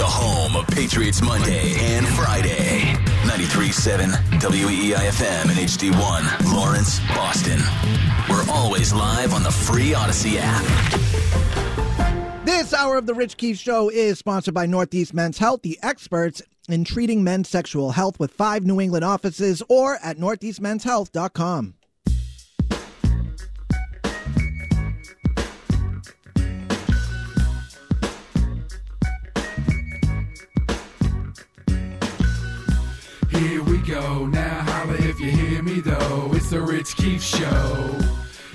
home of Patriots Monday and Friday. 93.7 E WEEIFM and HD1, Lawrence, Boston. We're always live on the free Odyssey app. This hour of the Rich Keefe Show is sponsored by Northeast Men's Health, the experts in treating men's sexual health with five New England offices or at northeastmenshealth.com. Here we go. Now holla if you hear me though. It's the Rich Keefe Show.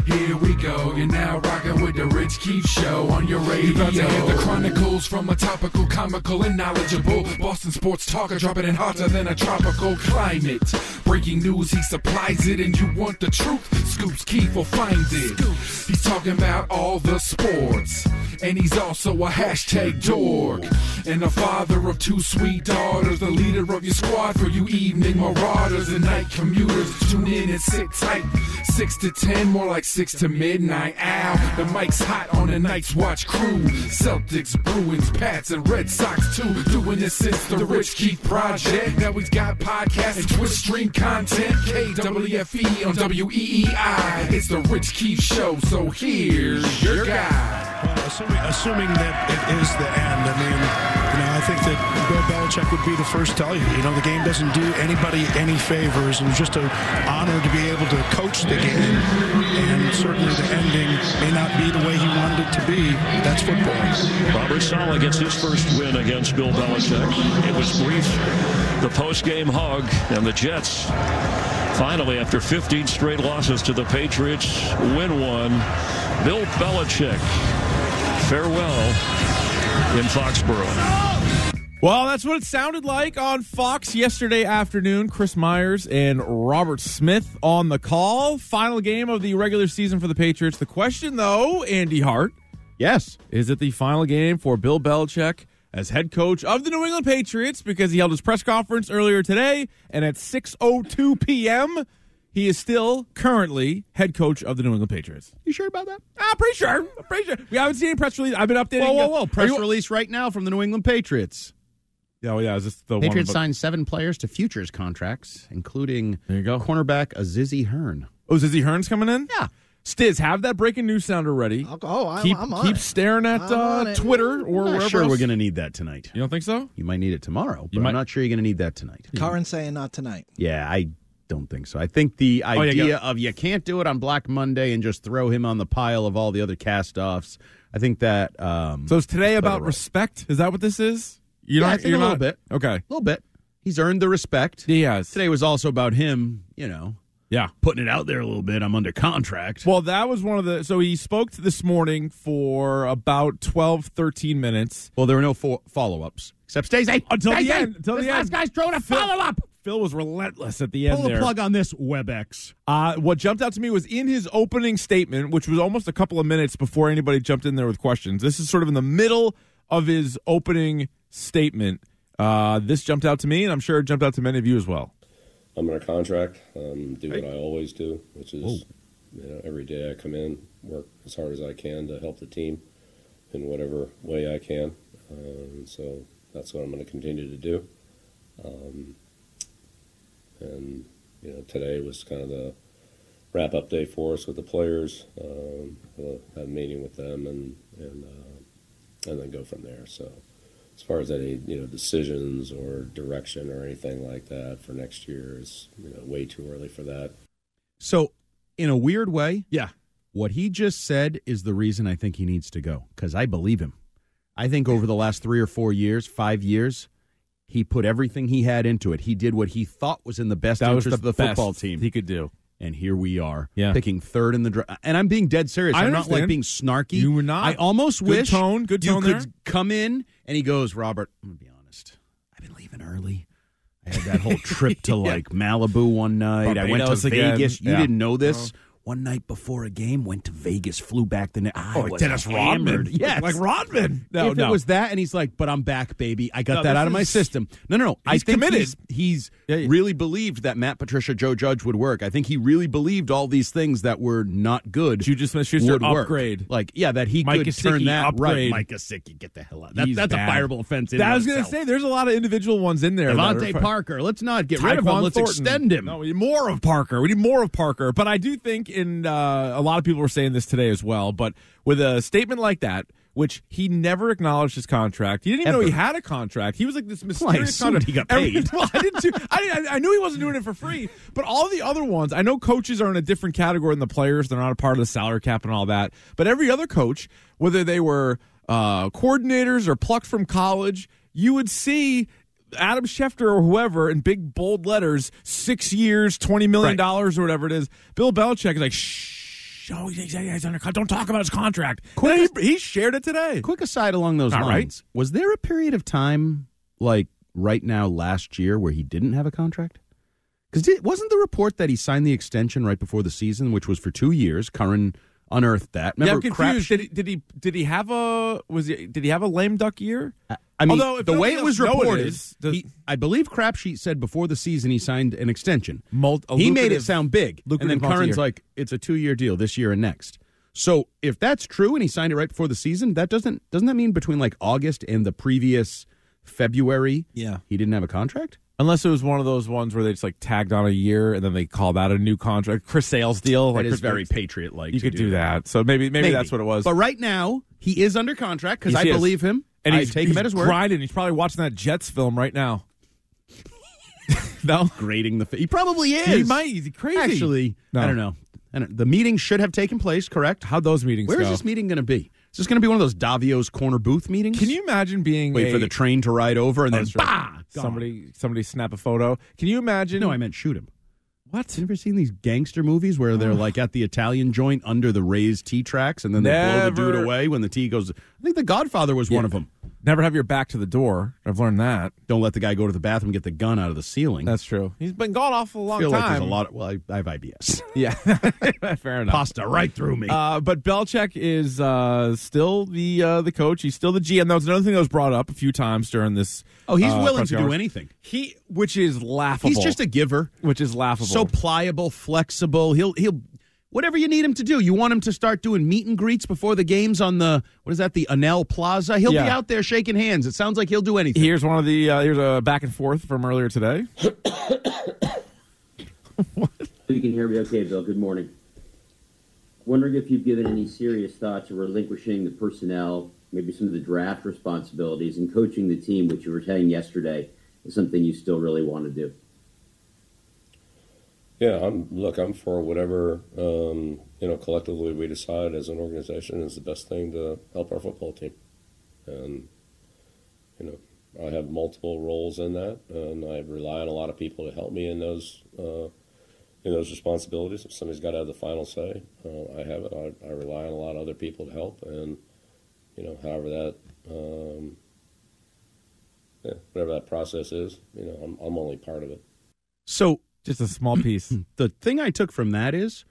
Here we go. You're now rocking with the Rich Keefe Show on your radio. You're about to hear the chronicles from a topical, comical, and knowledgeable Boston sports talker, dropping in hotter than a tropical climate. Breaking news, he supplies it, and you want the truth. Scoops Keefe will find it. He's talking about all the sports, and he's also a hashtag dork and a father of two sweet daughters, the leader of your squad for you evening marauders and night commuters. Tune in and sit tight. Six to ten, more like six to midnight. Ow, the mic's hot on the Night's Watch crew. Celtics, Bruins, Pats, and Red Sox too. Doing this since the Rich Keith Project. Now he's got podcasts and Twitch stream content. KWFE E on WEEI. It's the Rich Keith Show. So here's your guy. Well, assuming, assuming that it is the end, I mean, you know, I think that Bill Belichick would be the first to tell you. You know, the game doesn't do anybody any favors, and it's just an honor to be able to coach the game. And certainly the ending may not be the way he wanted it to be. That's football. Robert Sala gets his first win against Bill Belichick. It was brief, the post-game hug, and the Jets finally, after 15 straight losses to the Patriots, win one. Bill Belichick, farewell in Foxborough. Well, that's what it sounded like on Fox yesterday afternoon. Chris Myers and Robert Smith on the call. Final game of the regular season for the Patriots. The question, though, Andy Hart, yes, is it the final game for Bill Belichick as head coach of the New England Patriots? Because he held his press conference earlier today, and at 6:02 p.m., he is still currently head coach of the New England Patriots. You sure about that? I'm pretty sure. I'm pretty sure. We haven't seen any press release. I've been updating. Whoa, whoa, Are whoa! Press Ah, you- release right now from the New England Patriots. Yeah, well, yeah. Is this the Patriots one? about- signed seven players to futures contracts, including There you go. cornerback Azizi Hearn. Oh, Zizzy Hearn's coming in? Yeah. Stiz, have that breaking news sounder ready. I'll go- oh, I'm- keep, I'm on Keep it. staring at I'm on uh, it. Twitter or I'm wherever not sure else. we're going to need that tonight. You don't think so? You might need it tomorrow, but You might- I'm not sure you're going to need that tonight. Current saying not tonight. Yeah, I don't think so. I think the Oh, yeah, idea go. of you can't do it on Black Monday and just throw him on the pile of all the other cast-offs. I think that um, So it's today about right. respect? Is that what this is? You Yeah, don't- I think you're a little not- bit. Okay. a little bit. He's earned the respect. Diaz. Today was also about him, you know, Yeah. putting it out there a little bit. I'm under contract. Well, that was one of the. So he spoke to this morning for about 12, 13 minutes. Well, there were no fo- follow-ups except Stacey. Until the Stacey, end, until this the last end. guy's throwing a Phil- follow-up. Phil was relentless at the end Pull there. the plug on this WebEx. Uh, what jumped out to me was in his opening statement, which was almost a couple of minutes before anybody jumped in there with questions. This is sort of in the middle of his opening statement. Uh, this jumped out to me, and I'm sure it jumped out to many of you as well. I'm under contract. Um, do what I always do, which is you know, every day I come in, work as hard as I can to help the team in whatever way I can. Um, so that's what I'm going to continue to do. Um, and you know, today was kind of the wrap-up day for us with the players. Um, we'll have a meeting with them and and uh, and then go from there. So as far as any you know decisions or direction or anything like that for next year is you know, way too early for that. So, in a weird way, Yeah. what he just said is the reason I think he needs to go because I believe him. I think over the last three or four years, five years, he put everything he had into it. He did what he thought was in the best That was interest the, of the best football team. he could do. and here we are, Yeah. picking third in the draft. And I'm being dead serious. I I'm not like understand. being snarky. You were not. I almost Good wish tone, good you tone could there. come in and he goes, Robert. I'm gonna be honest. I've been leaving early. I had that whole trip to like Malibu one night. I went to Barbados again. Vegas. You uh, Yeah. Uh-huh. didn't know this. One night before a game, went to Vegas, flew back the next. I was Oh, Dennis Rodman. hammered. Yes, Like Rodman. No, if no. it was that, and he's like, "But I'm back, baby. I got No, that this out of my is- system." No, no, no. I He's think committed. he's, he's Yeah, yeah. really believed that Matt Patricia, Joe Judge would work. I think he really believed all these things that were not good. Juju Smith-Schuster would work. upgrade. Like, yeah, that he Mike could Gesicki turn that upgrade. right. Mike Gesicki, get the hell out. That, He's that's bad. a fireable offense. in That- I and was going to itself. say, there's a lot of individual ones in there. that Devontae are- Parker. Let's not get rid of him. Tyquan Let's Thornton. extend him. No, we need more of Parker. We need more of Parker. But I do think, and uh, a lot of people were saying this today as well, but with a statement like that, which he never acknowledged his contract. He didn't even know Ever. he had a contract. He was like this mysterious contract. assumed he got Every- paid. well, I didn't. Too, I, I I knew he wasn't doing it for free. But all the other ones, I know coaches are in a different category than the players. They're not a part of the salary cap and all that. But every other coach, whether they were uh, coordinators or plucked from college, you would see Adam Schefter or whoever in big bold letters, six years, twenty million dollars or whatever it is. Bill Belichick is like, shh, oh, he's, he's under, con- don't talk about his contract. Then he, he shared it today. Quick aside along those All right. lines. Was there a period of time like right now last year where he didn't have a contract? Because wasn't the report that he signed the extension right before the season, which was for two years? Curran unearthed that. Yeah, Remember, I'm crap confused. shit- Did he, did he did he have a was he, did he have a lame duck year? I mean, Although, if the way nobody it was else know it reported, is, the- he- I believe Crapsheet said before the season he signed an extension. Mul- a he made it lucrative- sound big, and then lucrative Curran's multi-year. like, "It's a two-year deal, this year and next." So if that's true, and he signed it right before the season, that doesn't doesn't that mean between like August and the previous February, Yeah. he didn't have a contract? Unless it was one of those ones where they just like tagged on a year and then they call that a new contract, Chris Sales deal. That like is Chris- very Patriot-like. You to could do that. So maybe, maybe that's what it was. But right now, he is under contract because Yes, I he is. believe him, and I he's, take he's him at his word. Grinding. He's probably watching that Jets film right now. no, Grading the, fa- he probably is. he might. He's crazy. Actually, No. I don't know. I don't- the meeting should have taken place, correct? How'd those meetings Where go? is this meeting going to be? Is this going to be one of those Davio's corner booth meetings? Can you imagine being wait a- for the train to ride over and Oh, then that's right. bah, gone. somebody somebody snap a photo? Can you imagine? No, I meant shoot him. what? You ever seen these gangster movies where they're like at the Italian joint under the raised T tracks and then they blow the Never. dude away when the T goes? I think The Godfather was one of them. Never have your back to the door. I've learned that. Don't let the guy go to the bathroom and get the gun out of the ceiling. That's true. He's been gone off for a long I feel time. like there's a lot. Of, well, I, I have IBS. Yeah, fair enough. Pasta right through me. Uh, but Belichick is uh, still the uh, the coach. He's still the GM. That was another thing that was brought up a few times during this. oh, he's uh, willing press to do conference. anything. He, which is laughable. He's just a giver. which is laughable. so pliable, flexible. He'll he'll whatever you need him to do. You want him to start doing meet and greets before the games on the what is that the Anel Plaza? He'll be Yeah. out there shaking hands. It sounds like he'll do anything. here's one of the uh, here's a back and forth from earlier today. You can hear me okay, Bill. Good morning. Wondering if you've given any serious thought to relinquishing the personnel, maybe some of the draft responsibilities, and coaching the team, which you were saying yesterday is something you still really want to do. Yeah, I'm look. I'm for whatever um, you know. Collectively, we decide as an organization is the best thing to help our football team, and you know, I have multiple roles in that, and I rely on a lot of people to help me in those uh, in those responsibilities. If somebody's got to have the final say, uh, I have it. I, I rely on a lot of other people to help, and you know, however that um, yeah, whatever that process is, you know, I'm I'm only part of it. So Just a small piece. the thing I took from that is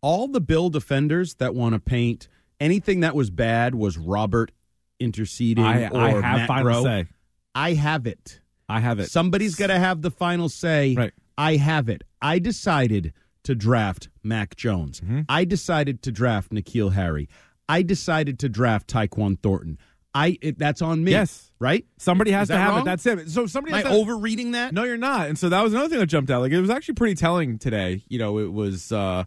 all the Bill defenders that want to paint anything that was bad was Robert interceding I, or I have Matt final Groh. say. I have it. I have it. Somebody's got to have the final say. Right. I have it. I decided to draft Mac Jones. Mm-hmm. I decided to draft Nikhil Harry. I decided to draft Tyquan Thornton. I it, that's on me. Yes. right. somebody Is has to that have wrong? it. That's him. So somebody Am I has to- overreading that? No, you're not. And so that was another thing that jumped out. Like it was actually pretty telling today. You know, it was uh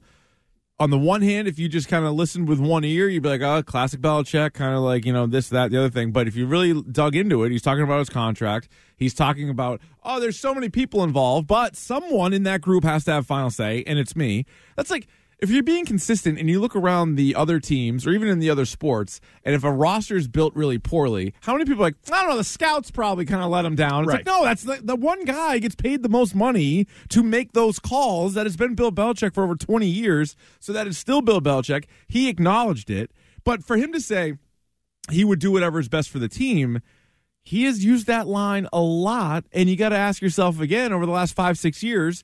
on the one hand, if you just kind of listened with one ear, you'd be like, "Oh, classic Belichick," kind of like you know this, that, the other thing. But if you really dug into it, he's talking about his contract. He's talking about, "Oh, there's so many people involved, but someone in that group has to have final say, and it's me." That's like if you're being consistent and you look around the other teams or even in the other sports, and if a roster is built really poorly, how many people are like, I don't know, the scouts probably kind of let them down. It's Right. like, no, that's the, the one guy gets paid the most money to make those calls that has been Bill Belichick for over 20 years. So that is still Bill Belichick. He acknowledged it. But for him to say he would do whatever is best for the team, he has used that line a lot. And you got to ask yourself again over the last five, six years,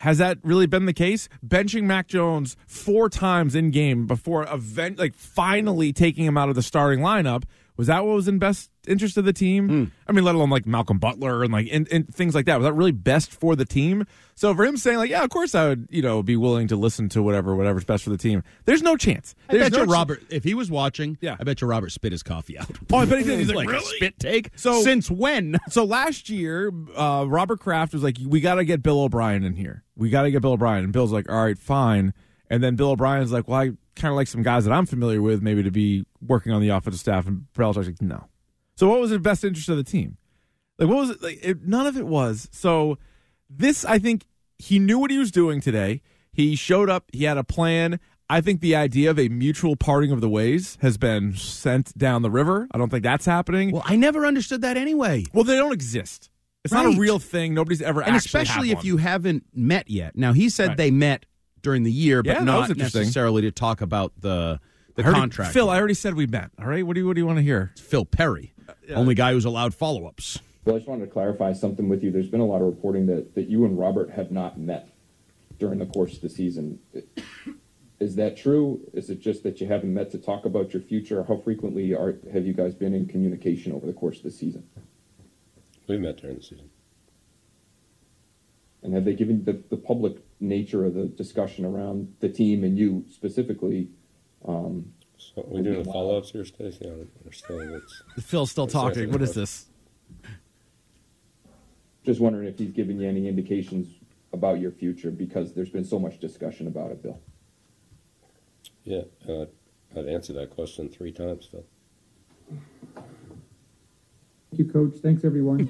Has that really been the case? Benching Mac Jones four times in game before event, like finally taking him out of the starting lineup. Was that what was in best interest of the team? I mean, let alone like Malcolm Butler and like and, and things like that. Was that really best for the team? So for him saying like, yeah, of course I would, you know, be willing to listen to whatever, whatever's best for the team. There's no chance. I There's bet no you ch- Robert, if he was watching, Yeah. I bet you Robert spit his coffee out. Oh, I bet he did. He's He's like, like, really? spit take? So- Since when? So last year, uh, Robert Kraft was like, "We got to get Bill O'Brien in here. We got to get Bill O'Brien." And Bill's like, "All right, fine." And then Bill O'Brien's like, "Well, I kind of like some guys that I'm familiar with, maybe to be working on the offensive staff." And Belichick's like, "No." So what was the best interest of the team? Like, what was it? Like, it, none of it was. So this, I think, he knew what he was doing today. He showed up. He had a plan. I think the idea of a mutual parting of the ways has been sent down the river. I don't think that's happening. Well, I never understood that anyway. Well, they don't exist. It's not Right. a real thing. Nobody's ever And actually especially had if one. you haven't met yet. Now, he said Right. they met during the year, but Yeah, that was not interesting. necessarily to talk about the, the I already- contract. Phil, I already said we met. All right, what do you what do you want to hear? Uh, Phil Perry, only guy who's allowed follow ups. Well, I just wanted to clarify something with you. There's been a lot of reporting that, that you and Robert have not met during the course of the season. Is that true? Is it just that you haven't met to talk about your future? How frequently are, have you guys been in communication over the course of the season? We've met during the season. And have they given the, the public nature of the discussion around the team and you specifically? um, So we doing the follow ups here, Stacy? I don't understand. It's, Phil's still talking. What is this? Just wondering if he's given you any indications about your future because there's been so much discussion about it, Bill. yeah, uh, I've answered that question three times, Phil. Thank you, Coach. Thanks, everyone.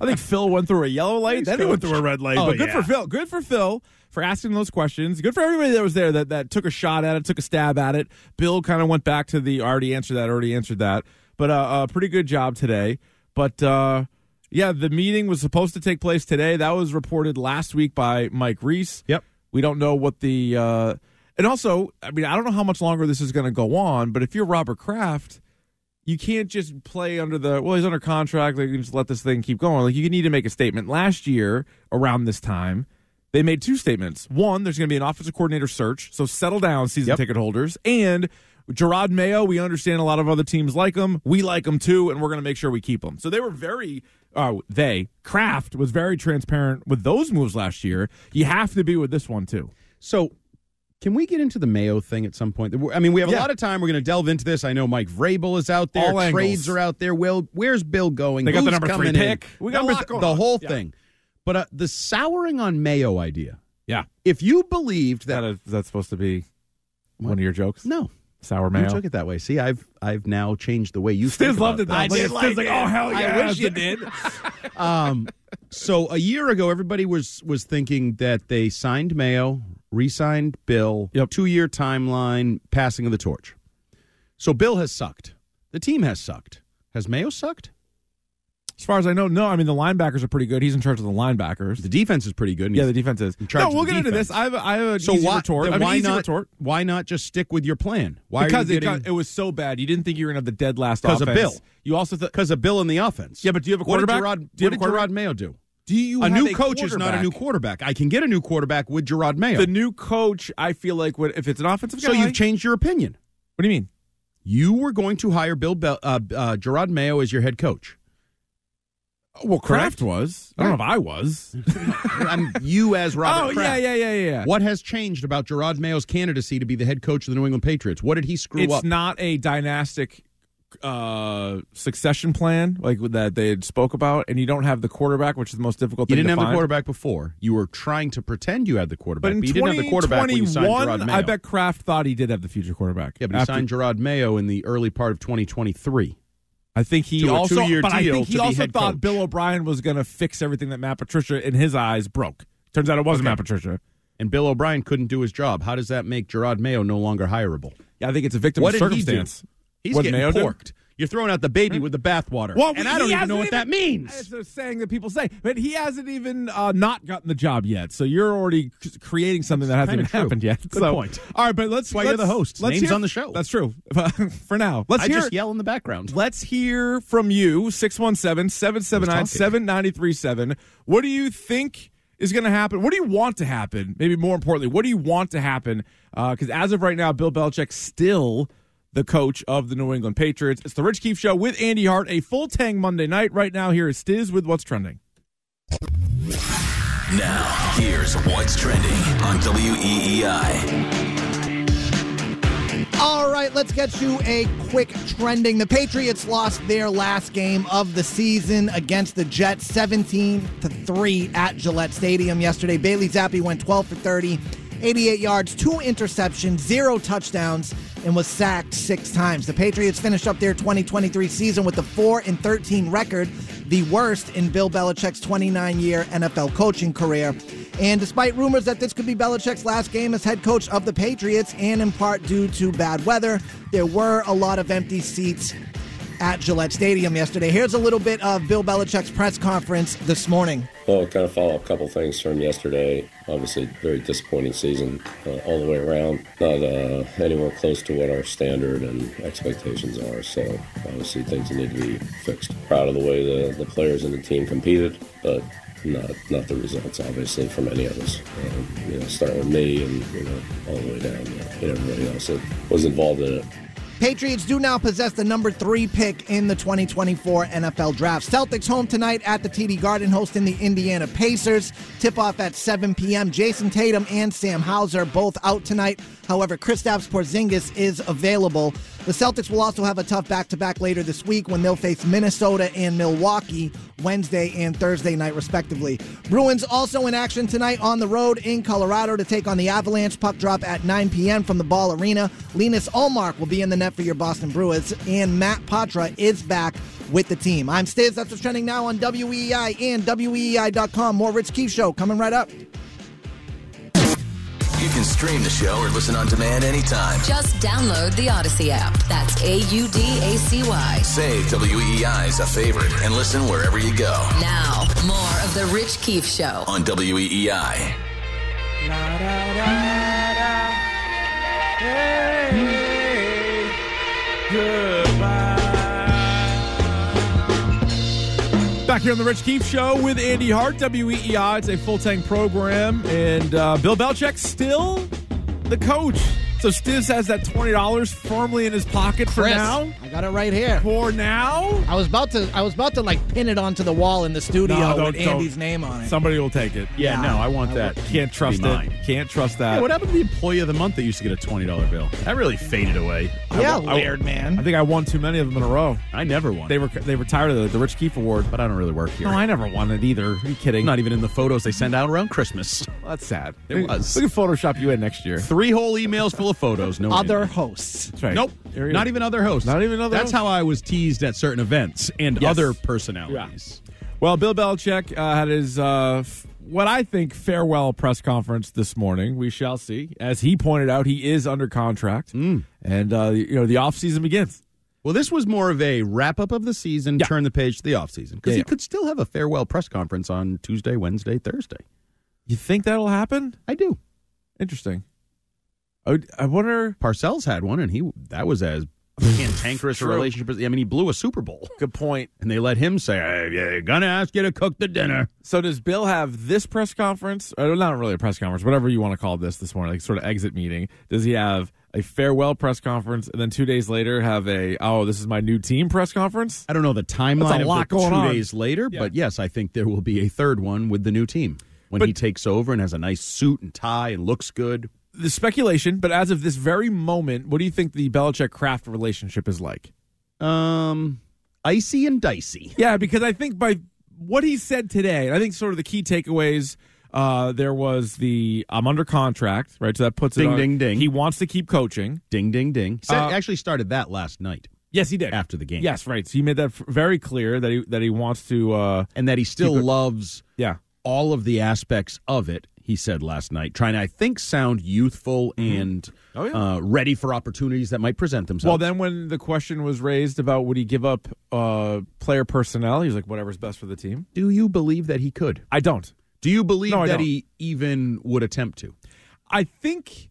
I think Phil went through a yellow light, then he went through a red light. Oh, but good for yeah. Phil. Good for Phil for asking those questions. Good for everybody that was there that, that took a shot at it, took a stab at it. Bill kind of went back to the "I already answered that, already answered that. But uh, uh, pretty good job today. But uh, yeah, the meeting was supposed to take place today. That was reported last week by Mike Reese. Yep. We don't know what the uh, and also, I mean, I don't know how much longer this is going to go on. But if you're Robert Kraft, you can't just play under the well he's under contract like you can just let this thing keep going like you need to make a statement last year around this time they made two statements one there's going to be an offensive coordinator search so settle down season Yep. ticket holders and gerard mayo we understand a lot of other teams like him we like him too and we're going to make sure we keep him so they were very uh, they kraft was very transparent with those moves last year you have to be with this one too So, can we get into the Mayo thing at some point? I mean, we have a Yeah. lot of time. We're going to delve into this. I know Mike Vrabel is out there. All angles. Trades are out there. Well, where's Bill going? They got the Who's number three coming in? pick. We got a Number lot th- going the on. whole Yeah. thing. But uh, the souring on Mayo idea. yeah If you believed that, that is, is that supposed to be one of your jokes no, sour you mayo took it that way. See, I've I've now changed the way you. Stiz think loved about it though. that. Like, Stiz like, oh hell yeah, I wish you did. Um, so a year ago, everybody was was thinking that they signed Mayo, re-signed Bill, Yep. two-year timeline, passing of the torch. So Bill has sucked. The team has sucked. Has Mayo sucked? As far as I know, no. I mean, the linebackers are pretty good. He's in charge of the linebackers. The defense is pretty good. and yeah, the he's- defense is. in charge No, of we'll the get into defense. this. I have, I have a so easy why? retort. then I mean, why easy not? retort. Why not just stick with your plan? Why because are you it, got, it getting? was so bad. You didn't think you were going to have the dead last 'Cause of offense. Bill. You also thought. Because of Bill in the offense. Yeah, but do you have a quarterback? What did Gerard, Do you have a what did quarterback? Gerard Mayo do? Do you a have new coach is not a new quarterback. I can get a new quarterback with Gerard Mayo. The new coach, I feel like, would if it's an offensive so guy. you've changed your opinion. What do you mean? you were going to hire Bill Bel- uh, uh, Gerard Mayo as your head coach. Well, Kraft was. I don't know if I was. I'm you as Robert. oh yeah, Kraft. yeah, yeah, yeah. yeah. What has changed about Gerard Mayo's candidacy to be the head coach of the New England Patriots? What did he screw it's up? not a dynastic uh succession plan like that they had spoke about and you don't have the quarterback which is the most difficult you thing didn't to have the find. quarterback before. You were trying to pretend you had the quarterback, but but, in you didn't have the quarterback when you signed 2021, Gerard Mayo. I bet Kraft thought he did have the future quarterback. Yeah, but he After- signed Gerard Mayo in the early part of 2023. I think he to a also, two-year but I deal think he to be also head thought coach. Bill O'Brien was going to fix everything that Matt Patricia, in his eyes, broke. Turns out it wasn't Matt Patricia. And Bill O'Brien couldn't do his job. How does that make Gerard Mayo no longer hireable? Yeah, I think it's a victim What of did he do? circumstance. He's What did getting Mayo do? porked. You're throwing out the baby with the bathwater. Well, and he I don't even hasn't know what that means. That's the saying that people say, but he hasn't even uh, not gotten the job yet. So you're already c- creating something that hasn't kinda even true. happened yet. Good so, point. All right, but let's. why you're let's- the host. Let's Name's hear- on the show. That's true. For now, let's I hear. just yell in the background. Let's hear from you 617 779 7937. What do you think is going to happen? What do you want to happen? Maybe more importantly, what do you want to happen? Because as of right now, Bill Belichick still the coach of the New England Patriots. It's the Rich Keefe Show with Andy Hart, a full tang Monday night. Right now, here is Stiz with What's Trending. Now, here's what's trending on E WEEI. All right, let's get you a quick trending. The Patriots lost their last game of the season against the Jets 17 to 3 at Gillette Stadium yesterday. Bailey Zappi went 12 for 30, 88 yards, two interceptions, zero touchdowns, and was sacked six times. The Patriots finished up their 2023 season with a 4 and 13 record, the worst in Bill Belichick's 29 year NFL coaching career. And despite rumors that this could be Belichick's last game as head coach of the Patriots, and in part due to bad weather, there were a lot of empty seats at Gillette Stadium yesterday. Here's a little bit of Bill Belichick's press conference this morning. Well, kind of follow up a couple things from yesterday. Obviously, very disappointing season uh, all the way around. Not uh, anywhere close to what our standard and expectations are. So, obviously, things need to be fixed. Proud of the way the, the players and the team competed, but not not the results, obviously, from any of us. Um, you know, starting with me and you know all the way down to everybody else that was involved in it. Patriots do now possess the number three pick in the 2024 NFL Draft. Celtics home tonight at the TD Garden, hosting the Indiana Pacers. Tip off at 7 p.m. Jason Tatum and Sam Hauser both out tonight. However, Kristaps Porzingis is available. The Celtics will also have a tough back-to-back later this week when they'll face Minnesota and Milwaukee Wednesday and Thursday night, respectively. Bruins also in action tonight on the road in Colorado to take on the Avalanche. Puck drop at 9 p.m. from the Ball Arena. Linus Allmark will be in the net for your Boston Bruins, and Matt Patra is back with the team. I'm Stiz. That's what's trending now on WEI and E WEI.com. More Rich Keefe Show coming right up. You can stream the show or listen on demand anytime. Just download the Odyssey app. That's A U D A C Y. Save WEEI as a favorite and listen wherever you go Now, more of The Rich Keefe Show. on E WEEI. Back here on the Rich Keefe Show with Andy Hart, WEEI. It's a full tank program, and uh, Bill Belichick still the coach. So Stiz has that twenty dollars firmly in his pocket for Chris, now. I got it right here. For now, I was about to I was about to like pin it onto the wall in the studio No, don't- with don't. Andy's name on it. somebody will take it. Yeah, no, I want that. Can't trust Be mine. it. Can't trust Hey, that. what happened to the employee of the month that used to get a twenty dollar bill? That really faded away. yeah, I- weird man. I think I won too many of them in a row. I never won. They were they retired the, the Rich Keefe Award. but I don't really work here. No, I never won it either. Are you kidding? I'm not even in the photos they send out around Christmas. That's sad. It was. We can Photoshop you in next year. Three whole emails full of photos. No Other internet. hosts. That's right. Nope. Here you Not go. even other hosts. Not even other That's hosts? how I was teased at certain events and Yes. other personalities. Well, Bill Belichick uh, had his uh, f- what I think farewell press conference this morning. We shall see. As he pointed out, he is under contract, and uh, you know the offseason begins. Mm. Well, this was more of a wrap up of the season, turn the page to the offseason. Because Yeah, he yeah. could still have a farewell press conference on Tuesday, Wednesday, Thursday. You think that'll happen? I do. Interesting. I, would- I wonder. Parcells had one, and he that was as cantankerous a True. relationship as I mean, he blew a Super Bowl. Good point. And they let him say, "Hey, you're gonna ask you to cook the dinner. So does Bill have this press conference? Or not really a press conference, whatever you want to call this this morning, like sort of exit meeting. Does he have a farewell press conference and then two days later have a oh this is my new team press conference? I don't know the timeline of lot the going two on. days later, Yeah. but yes, I think there will be a third one with the new team when But- he takes over and has a nice suit and tie and looks good. The speculation, but as of this very moment, what do you think the Belichick Kraft relationship is like? Um, icy and dicey. Yeah, because I think by what he said today, and I think sort of the key takeaways. Uh, there was the I'm under contract, right? So that puts it Ding, on- ding, ding. He wants to keep coaching. Ding, ding, ding. He Uh, actually started that last night, Yes, he did After the game. Yes, right. So he made that f- very clear that he that he wants to. Uh, and that he still Keep it- loves yeah, all of the aspects of it. He said last night, trying to I think sound youthful and Oh, yeah. uh, ready for opportunities that might present themselves. Well, then when the question was raised about would he give up uh, player personnel, he was like, whatever's best for the team. do you believe that he could? I don't. Do you believe No, I that don't. he even would attempt to? I think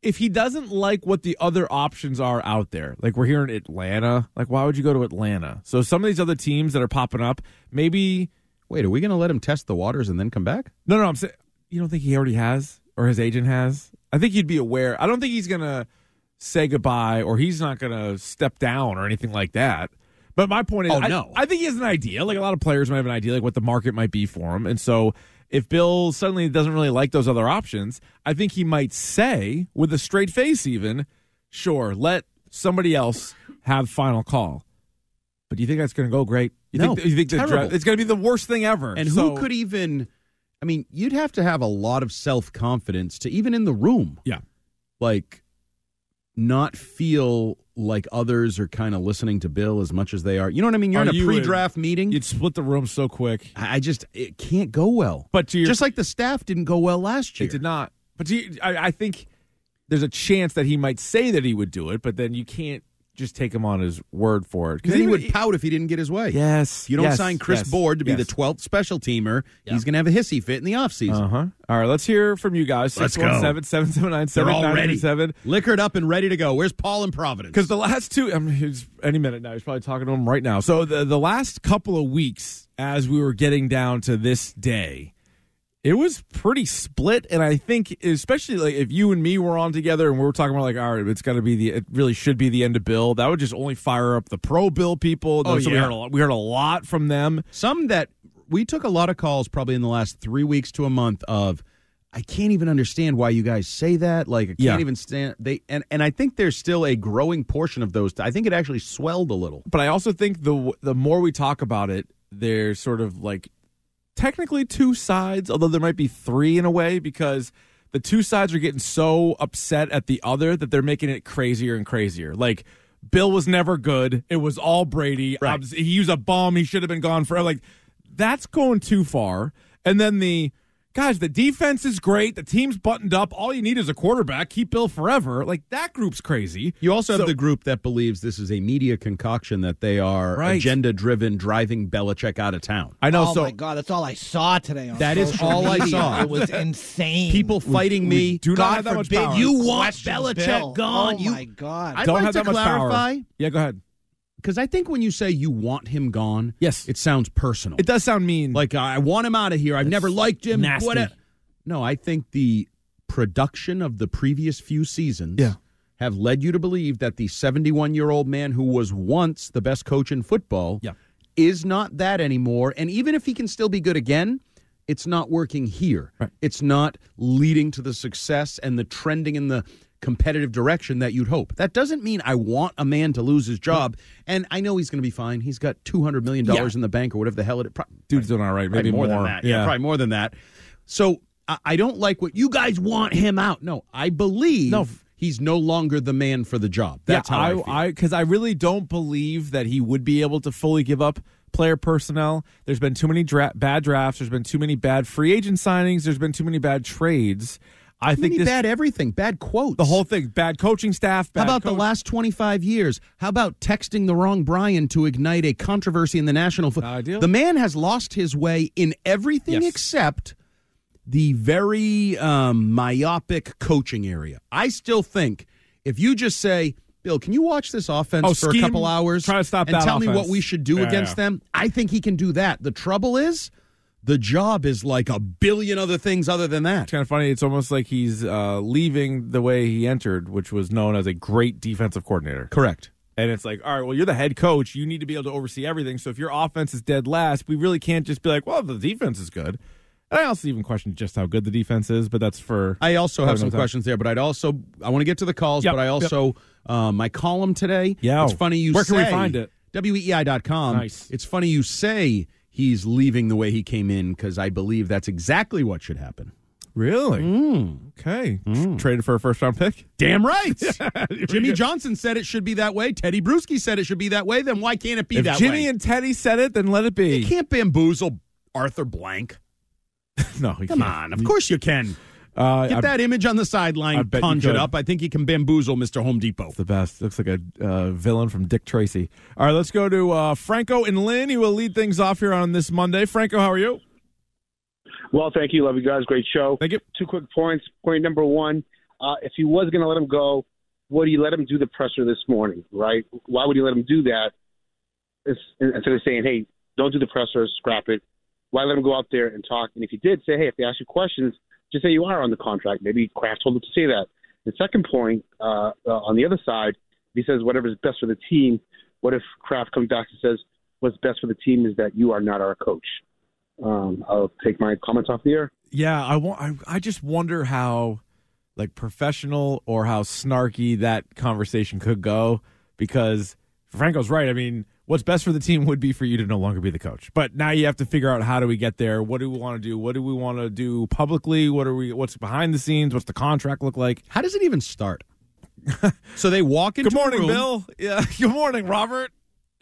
if he doesn't like what the other options are out there, like we're here in Atlanta, like why would you go to Atlanta? So some of these other teams that are popping up, maybe Wait, are we going to let him test the waters and then come back? No, no, I'm saying you don't think he already has or his agent has. I think you'd be aware. I don't think he's gonna say goodbye or he's not gonna step down or anything like that. But my point is, Oh, I- no. I, think he has an idea. Like a lot of players might have an idea, like what the market might be for him. And so, if Bill suddenly doesn't really like those other options, I think he might say with a straight face, even, sure, let somebody else have final call. But do you think that's going to go great? You No, think, you think the terrible. draft- it's going to be the worst thing ever. And So- who could even? I mean, you'd have to have a lot of self confidence to even in the room. Yeah. Like, not feel like others are kind of listening to Bill as much as they are. You know what I mean? You're Are in a you pre draft meeting. You'd split the room so quick. I I just, it can't go well. But to your, Just like the staff didn't go well last year. It did not. But do you, I, I think there's a chance that he might say that he would do it, but then you can't just take him on his word for it Because he would pout if he didn't get his way. Yes, If you don't yes, sign Chris yes, Board to be yes. the 12th special teamer, he's going to have a hissy fit in the offseason. Uh huh. All right, let's hear from you guys. Let's go. 617 779 They're all ready. 7937. Liquored up and ready to go. Where's Paul in Providence? Because the last two, I mean, he's any minute now. He's probably talking to him right now. So the the last couple of weeks, as we were getting down to this day, it was pretty split. And I think, especially like if you and me were on together and we were talking about like, all right, it's going to be the, it really should be the end of Bill. That would just only fire up the pro Bill people. Oh, So we yeah. heard a lot, we heard a lot from them. Some that we took a lot of calls probably in the last three weeks to a month of, I can't even understand why you guys say that. Like, I can't Yeah. even stand. They and, and I think there's still a growing portion of those. I think it actually swelled a little. but I also think the the more we talk about it, there's sort of like technically two sides, although there might be three in a way because the two sides are getting so upset at the other that they're making it crazier and crazier. Like Bill was never good; it was all Brady. Right. Obs- He was a bum. He should have been gone forever. Like that's going too far. And then the guys, the defense is great. The team's buttoned up. All you need is a quarterback. Keep Bill forever. Like that group's crazy. You also have So- the group that believes this is a media concoction that they are Right. agenda driven, driving Belichick out of town. I know. oh so my god, that's all I saw today. On That is social all I media. saw. It was insane. People fighting me. do not God have that much forbid power. you want Question Belichick Bill. gone. Oh you my god. I'd don't like have to that much clarify power. Yeah, go ahead. because I think when you say you want him gone, Yes. it sounds personal. It does sound mean. Like I want him out of here. I've never liked him. nasty. What? No, I think the production of the previous few seasons Yeah. have led you to believe that the 71 year old man who was once the best coach in football Yeah. is not that anymore. And even if he can still be good again, it's not working here. Right. It's not leading to the success and the trending in the competitive direction that you'd hope. That doesn't mean I want a man to lose his job. And I know he's going to be fine. He's got $200 million in the bank or whatever the hell it pro- dude's doing all right. Maybe Probably more, than that. Yeah. probably more than that. So I, I don't like what you guys want him out. No, I believe No. he's no longer the man for the job. That's yeah, how I, feel. I because I, really don't believe that he would be able to fully give up player personnel. There's been too many dra- bad drafts. There's been too many bad free agent signings. There's been too many bad trades. I Too think many this, bad everything, bad quotes. the whole thing, bad coaching staff. Bad How about the coach- last 25 years? How about texting the wrong Brian to ignite a controversy in the national football? Not ideal. The man has lost his way in everything Yes. except the very um, myopic coaching area. I still think if you just say, Bill, can you watch this offense Oh, for scheme, a couple hours try to stop and that tell me what offense." we should do Yeah, against yeah. them? I think he can do that. The trouble is, the job is like a billion other things other than that. It's kind of funny. It's almost like he's uh, leaving the way he entered, which was known as a great defensive coordinator. Correct. And it's like, all right, well, you're the head coach. You need to be able to oversee everything. So if your offense is dead last, we really can't just be like, well, the defense is good. And I also even question just how good the defense is, but that's for. I also have Probably some not that. questions there, but I'd also I want to get to the calls, Yep, but I yep. also uh, my column today. Yeah. it's funny you. Where say, E can we find it? Weei.com. Nice. It's funny you say he's leaving the way he came in because I believe that's exactly what should happen. Really? Hmm, Okay. Traded for a first round pick? Hmm. Damn right. Jimmy go. Johnson said it should be that way. Teddy Bruschi said it should be that way. Then why can't it be if that Jimmy way? and Teddy said it, then let it be. you can't bamboozle Arthur Blank. no, he Come can't. on, of course you can. Uh, Get I- that image on the I sideline bet you conjured could. up. I think he can bamboozle Mr. Home Depot. the best. Looks like a uh, villain from Dick Tracy. All right, let's go to uh, Franco and Lynn. He will lead things off here on this Monday. Franco, how are you? Well, thank you. Love you guys. Great show. Thank you. Two quick points. Point number one uh, if he was going to let him go, would he let him do the presser this morning, right? Why would he let him do that It's- instead of saying, hey, don't do the presser, scrap it, Why let him go out there and talk? And if he did, say, hey, if they ask you questions, just say you are on the contract. Maybe Kraft told him to say that. The second point uh, uh, on the other side, he says whatever's best for the team. What if Kraft comes back and says what's best for the team is that you are not our coach? Um, I'll take my comments off the air. Yeah, I want. I, I just wonder how, like, professional or how snarky that conversation could go because Franco's right. I mean, what's best for the team would be for you to no longer be the coach, but now you have to figure out how do we get there? What do we want to do? What do we want to do publicly? What are we? What's behind the scenes? What's the contract look like? How does it even start? so they walk into Good morning, a room. Bill. Yeah. Good morning, Robert.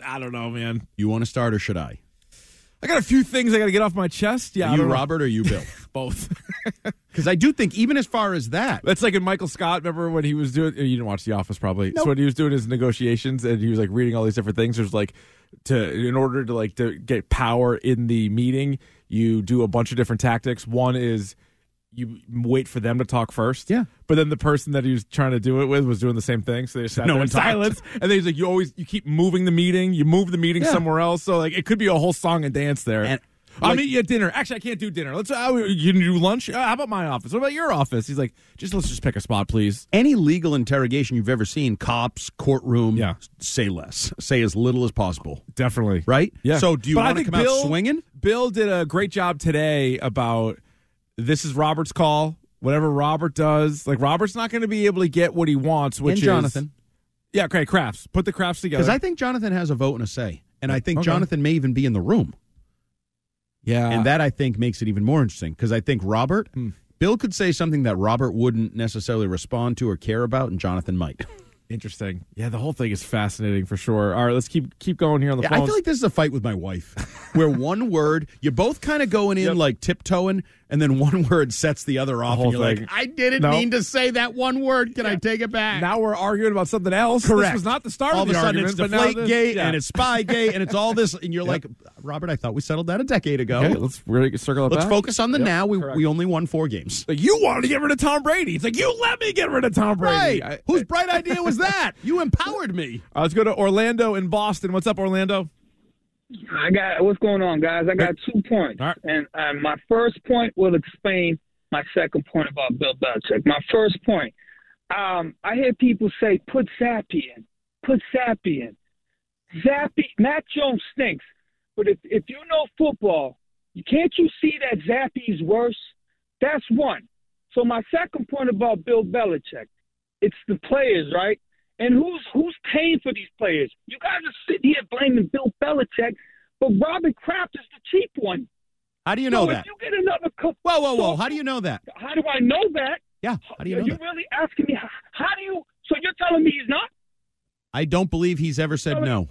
I don't know, man. You want to start or should I? I got a few things I got to get off my chest. Yeah, I Are you don't know. Robert or you Bill? Both. Because I do think even as far as that, That's like in Michael Scott. Remember when he was doing? You didn't watch The Office, probably. So when he was doing his negotiations and he was like reading all these different things, there's like to in order to like to get power in the meeting, you do a bunch of different tactics. One is you wait for them to talk first. Yeah. But then the person that he was trying to do it with was doing the same thing, so they just sat No there one in talked. silence. And then he's like, you always you keep moving the meeting, you move the meeting Yeah. somewhere else. So like it could be a whole song and dance there. I'll like- meet you at dinner. Actually, I can't do dinner. Let's. Uh, you can do lunch. Uh, how about my office? What about your office? He's like, just let's just pick a spot, please. any legal interrogation you've ever seen, cops, courtroom, yeah. say less. Say as little as possible. Definitely. Right? Yeah. So do you But I want to think come Bill, out swinging? Bill did a great job today about this is Robert's call. Whatever Robert does, like Robert's not going to be able to get what he wants, which And Jonathan. is yeah, okay, crafts. Put the crafts together. Because I think Jonathan has a vote and a say. And I think Okay. Jonathan may even be in the room. Yeah. Hmm. And that I think makes it even more interesting because I think Robert, Bill could say something that Robert wouldn't necessarily respond to or care about, and Jonathan might. Interesting. Yeah, the whole thing is fascinating for sure. All right, let's keep keep going here on the Yeah, phone. I feel like this is a fight with my wife, where one word you're both kind of going in like tiptoeing, and then one word sets the other off, whole and you're thing. like, "I didn't No. mean to say that one word. Can I take it back?" now we're arguing about something else. This Correct. was not the start All of a the sudden, argument, it's but now deflate this- gate yeah. and it's spy gate and it's all this, and you're like, "Robert, I thought we settled that a decade ago." Okay, let's really circle it Let's back. focus on the Yep, now. We, correct. we only won four games. Like, you wanted to get rid of Tom Brady. It's like you let me get rid of Tom Brady. Right. I- Whose bright idea was that? You empowered me. Uh, let's go to Orlando in Boston. What's up, Orlando? I got what's going on, guys. I got two points, and uh, my first point will explain my second point about Bill Belichick. My first point, um, I hear people say, "Put Zappi in, put Zappi in." Zappi, Matt Jones stinks, but if if you know football, you can't you see that Zappi's worse? That's one. So my second point about Bill Belichick, it's the players, right? And who's who's paying for these players? You guys are sitting here blaming Bill Belichick, but Robert Kraft is the cheap one. How do you so know if that? You get another cup. Whoa, whoa, whoa! How do you know that? How do I know that? Yeah. How do you are know you that? really asking me? How, how do you? So you're telling me he's not? I don't believe he's ever said no.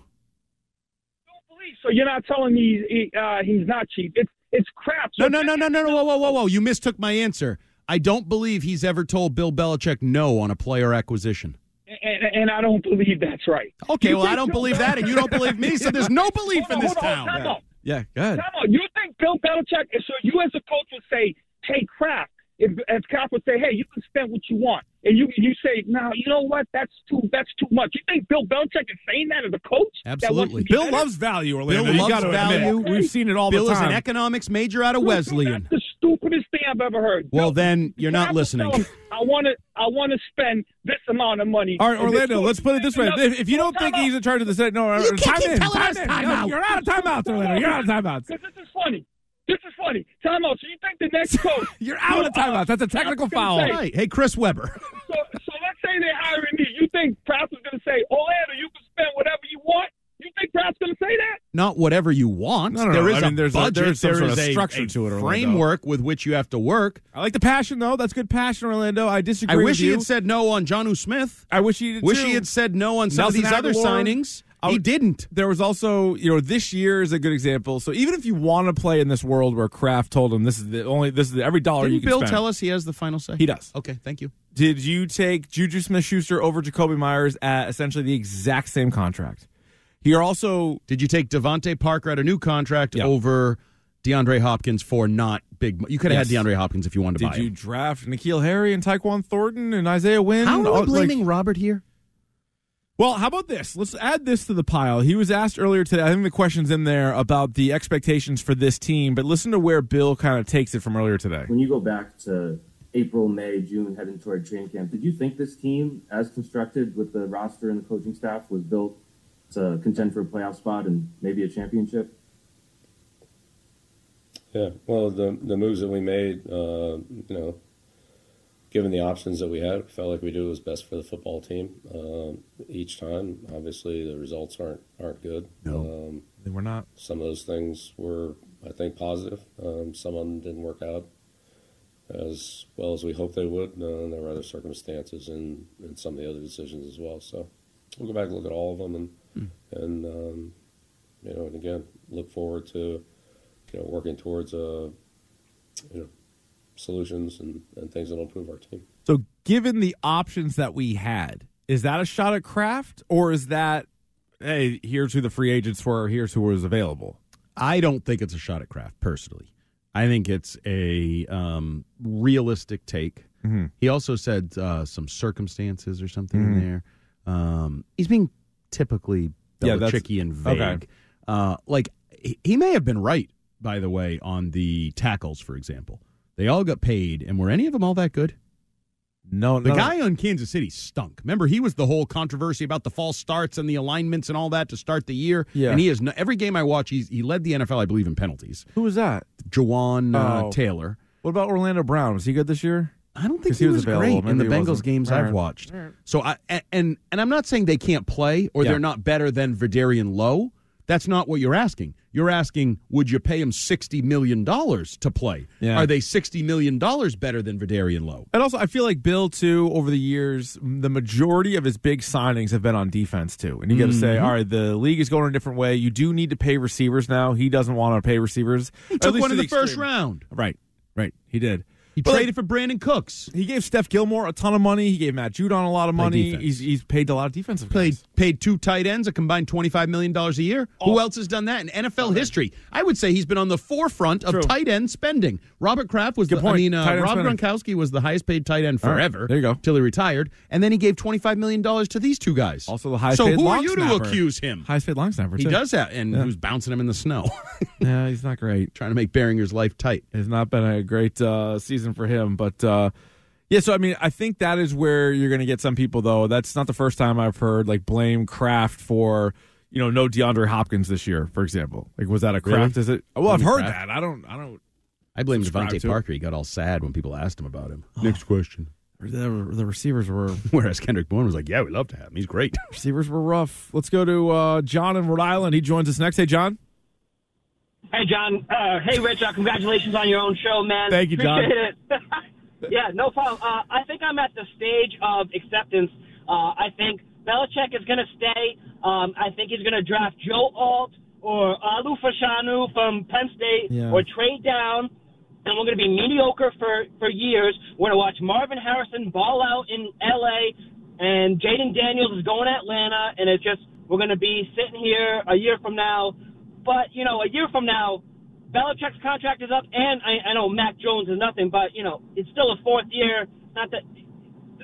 So you're not telling me he, uh, he's not cheap? It's it's crap. So No, no, no, no, no, no! Whoa, whoa, whoa, whoa! You mistook my answer. I don't believe he's ever told Bill Belichick no on a player acquisition. and, and I don't believe that's right. Okay, You well, I think don't Bill believe that, and you don't believe me, so there's no belief Hold on, in this hold on, town. time out. Yeah, go ahead. Come on, you think Bill Belichick? and So you, as a coach, would say, "Hey, crap." If, if Kraft would say, "Hey, you can spend what you want," and you you say, "No, you know what? That's too that's too much." You think Bill Belichick is saying that as a coach? That wants to Absolutely. be Bill better? loves value, Orlando. Bill You loves gotta admit. value. We've seen it all Bill the is an time. economics major out of Wesleyan. the stupidest thing I've ever heard. Well, then you're not Kraft would listening. tell him, I want to I want to spend this amount of money. All right, And Orlando, this- let's put it this way. If, if you don't think he's in charge of the Senate, no, uh, You can't time keep in. telling time us in. time No, out. You're out of timeouts, Orlando. You're out of timeouts. Because this is funny. This is funny. Timeout. So you think the next coach? uh, You're out of timeouts. That's a technical foul. Right. Hey, Chris Webber. So, so let's say they're hiring me. You think Kraft is going to say, Orlando, you can spend whatever you want? You think Kraft's going to say that? Not whatever you want. No, no, no. There is I mean, a there's a- budget. there's some There sort of is a- structure a to it, Orlando. framework with which you have to work. I like the passion, though. That's good passion, Orlando. I disagree I wish with he you. had said no on Johnu Smith. I wish he did Wish too. he had said no on some Nelson of these other Aguilar. signings. I he would- didn't. There was also, you know, this year is a good example. So even if you want to play in this world where Kraft told him this is the only this is the, every dollar you Didn't can Bill spend. tell us he has the final say? He does. Okay, thank you. Did you take Juju Smith Schuster over Jacoby Myers at essentially the exact same contract? Here also Did you take Devonte Parker at a new contract over DeAndre Hopkins for not big? mo- You could have Yes. had DeAndre Hopkins if you wanted to did buy you him. draft Nikhil Harry and Taquan Thornton and Isaiah Wynn? How Oh, are we like- blaming Robert here? Well, how about this? Let's add this to the pile. He was asked earlier today. I think the question's in there about the expectations for this team, but listen to where Bill kind of takes it from earlier today. When you go back to April, May, June, heading toward training camp, did you think this team, as constructed with the roster and the coaching staff, was built to contend for a playoff spot and maybe a championship? Yeah, well, the the moves that we made, uh, you know, given the options that we had, felt like we did what was best for the football team. Um, each time, obviously, the results aren't aren't good. No. um, They were not. Some of those things were, I think, positive. Um, some of them didn't work out as well as we hoped they would. Uh, and there were other circumstances and and some of the other decisions as well. So we'll go back and look at all of them and and um, you know, and again, look forward to you know working towards uh, you know solutions and, and things that'll improve our team. So, given the options that we had, is that a shot at Kraft, or is that hey, here's who the free agents were, here's who was available? I don't think it's a shot at Kraft personally. I think it's a um, realistic take. Mhm. He also said uh, some circumstances or something Mhm. in there. Um, he's being typically Yeah, that's- Belichickian and vague. okay. Uh, like he, he may have been right, by the way, on the tackles, for example. They all got paid, and were any of them all that good? No, the no. guy on Kansas City stunk. Remember, he was the whole controversy about the false starts and the alignments and all that to start the year. Yeah. and he is no, every game I watch, he's, he led the NFL, I believe, in penalties. Who was that? Jawan uh, Oh. Taylor. What about Orlando Brown? Was he good this year? I don't think 'Cause he, he was was, available. great in the Maybe he Bengals wasn't. games All I've right. watched. So I a- and and I'm not saying they can't play or Yeah. they're not better than Verdarian Lowe. That's not what you're asking. You're asking, would you pay him sixty million dollars to play? Yeah. Are they sixty million dollars better than Verdarian Lowe? And also, I feel like Bill too. Over the years, m- the majority of his big signings have been on defense too. And you got to say, Mhm. all right, the league is going a different way. You do need to pay receivers now. He doesn't want to pay receivers. He At took least one to in the, first extreme. round. Right, right. He did. He traded for Brandon Cooks. He gave Steph Gilmore a ton of money. He gave Matt Judon a lot of Play money. defense. He's, he's paid a lot of defensive. Played paid two tight ends a combined twenty five million dollars a year. Who else has done that in NFL history? I would say he's been on the forefront of tight end spending. Robert Kraft was Good the point. I mean Tight uh, end Rob spending. Gronkowski was the highest paid tight end All right. forever. There you go. Till he retired, and then he gave twenty five million dollars to these two guys. Also, the highest. So paid who are long you to snapper. accuse him? Highest paid long snapper. He too. does that, and Yeah. who's bouncing him in the snow? Yeah, he's not great. Trying to make Beringer's life tight. It's not been a great uh, season for him, but uh, yeah. So I mean, I think that is where you're going to get some people though. That's not the first time I've heard like blame Kraft for you know no DeAndre Hopkins this year, for example. Like was that a Kraft? Is it? Well, I've heard that. I don't. I don't. I blame subscribe Devontae to it. Oh. Parker. He got all sad when people asked him about him. Next question. The, the receivers were Whereas Kendrick Bourne was like, "Yeah, we love to have him. He's great." receivers were rough. Let's go to uh, John in Rhode Island. He joins us next. Hey, John. Hey, John. Uh, hey, Rich. Uh, congratulations on your own show, man. Thank you, John. Appreciate it. yeah, no problem. Uh, I think I'm at the stage of acceptance. Uh, I think Belichick is going to stay. Um, I think he's going to draft Joe Alt or Alu Fashanu from Penn State Yeah. or trade down. And we're going to be mediocre for, for years. We're going to watch Marvin Harrison ball out in L.A. And Jaden Daniels is going to Atlanta. And it's just, we're going to be sitting here a year from now. But, you know, a year from now, Belichick's contract is up, and I, I know Mac Jones is nothing, but you know it's still a fourth year. Not that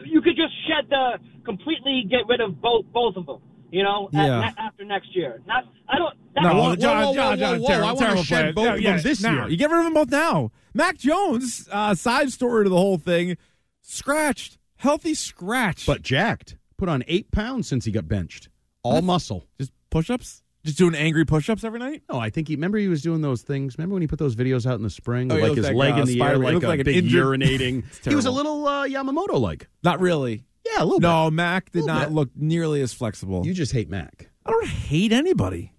you could just shed the completely get rid of both both of them. You know, at- Yeah. a- after next year. Not I don't. That's, No, whoa, John, whoa, whoa, John, John, whoa, whoa, terrible, I wanna terrible shed play. both of them this now. year. You get rid of them both now. Mac Jones, uh, side story to the whole thing, scratched, healthy scratch, but jacked. Put on eight pounds since he got benched. All muscle. Just push-ups. Just doing angry push-ups every night. No, I think he. Remember he was doing those things. Remember when he put those videos out in the spring, Oh, with he like looked his like, leg uh, in the air, spiral- he like looked a like an big injured- urinating. It's he was a terrible. little uh, Yamamoto like. Not really. Yeah, a little. No, Mac did Little not bit. look nearly as flexible. You just hate Mac. I don't hate anybody.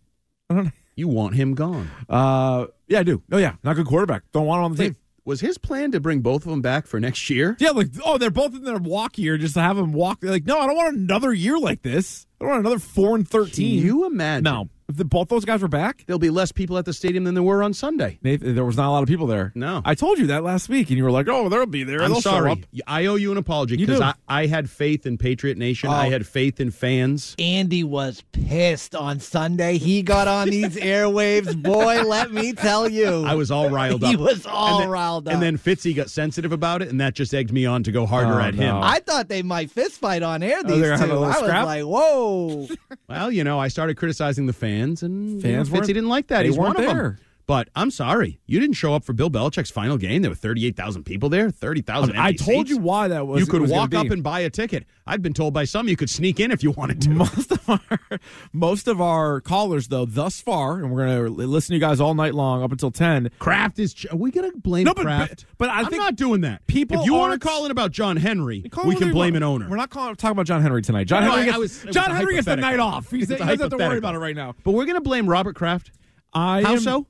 I don't. You want him gone. Uh, yeah, I do. Oh yeah, not good quarterback. Don't want him on the team. Was his plan to bring both of them back for next year? Yeah, like oh, they're both in their walk year. Just to have them walk. They're like, no, I don't want another year like this. I don't want another four and Can thirteen. you imagine? No, If the, both those guys were back, there'll be less people at the stadium than there were on Sunday. there was not a lot of people there. No, I told you that last week, and you were like, "Oh, they'll be there." I'm They'll show sorry. up." I owe you an apology You because do. I, I had faith in Patriot Nation. I Oh. had faith in fans. Andy was pissed on Sunday. He got on these airwaves. Boy, let me tell you. I was all riled up. He was all And then- riled up. And then Fitzy got sensitive about it, and that just egged me on to go harder Oh, at him. no. Oh, I thought they might fist fight on air. These they're gonna have two. a little I was scrap? like, whoa. well, you know, I started criticizing the fans, and you know, Fans Fitzy weren't- didn't like that. they He's one weren't of them. there. But I'm sorry, you didn't show up for Bill Belichick's final game. There were 38,000 people there, 30,000. Um, I empty told you seats. why that was. You it could was gonna walk be. up and buy a ticket. I've been told by some you could sneak in if you wanted to. most of our callers though thus far and we're gonna li- listen to you guys all night long up until 10 Kraft is ch- we gonna blame no, but, Kraft? but, I I'm think not doing that. people if you want aren't- to call in about John Henry, Call we him whatever can you blame want. an owner. we're not calling, talking about John Henry tonight John No, I- Henry I gets, was- it was John a Henry gets the night hypothetical. off He's, It's he a doesn't have to worry hypothetical. about it right now But we're gonna blame Robert Kraft. I How am- so?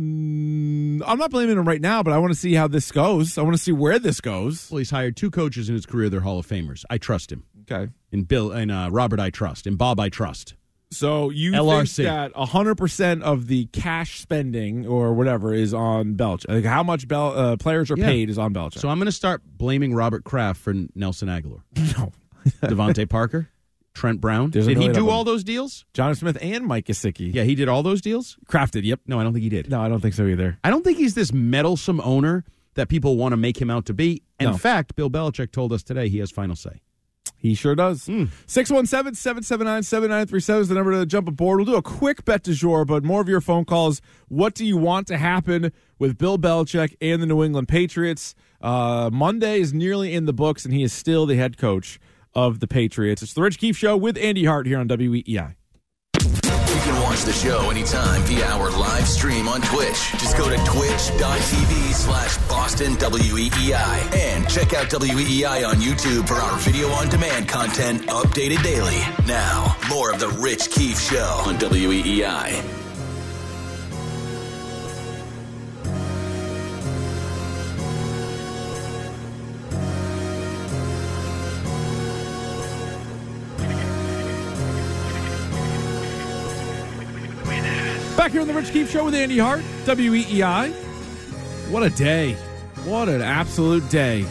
Mm, I'm not blaming him right now but I want to see how this goes I want to see where this goes Well, he's hired two coaches in his career. They're Hall of Famers. I trust him. okay And Bill and uh, Robert, I trust. And Bob, I trust. so you LRC. think that 100% of the cash spending or whatever is on Belch like how much Bel- uh, players are Yeah. paid is on Belch So I'm going to start blaming Robert Kraft for Nelson Aguilar, no Devontae Parker, Trent Brown. There's a Did he million of do them. all those deals? John Smith and Mike Gesicki Yeah, he did all those deals. crafted yep No, I don't think he did. No, I don't think so either. I don't think he's this meddlesome owner that people want to make him out to be. In No. fact, Bill Belichick told us today he has final say. Hmm. He sure does. 617 779 7937 is the number to jump aboard. We'll do a quick bet du jour, but more of your phone calls. What do you want to happen with Bill Belichick and the New England Patriots? Uh, Monday is nearly in the books, and he is still the head coach of the Patriots. It's the Rich Keefe Show with Andy Hart here on E WEEI. You can watch the show anytime via our live stream on Twitch. Just go to twitch.tv slash Boston WEEI and check out WEEI on YouTube for our video on demand content updated daily. Now, more of The Rich Keefe Show on E WEEI. Back here on the Rich Keefe Show with Andy Hart, WEEI. What a day. What an absolute day.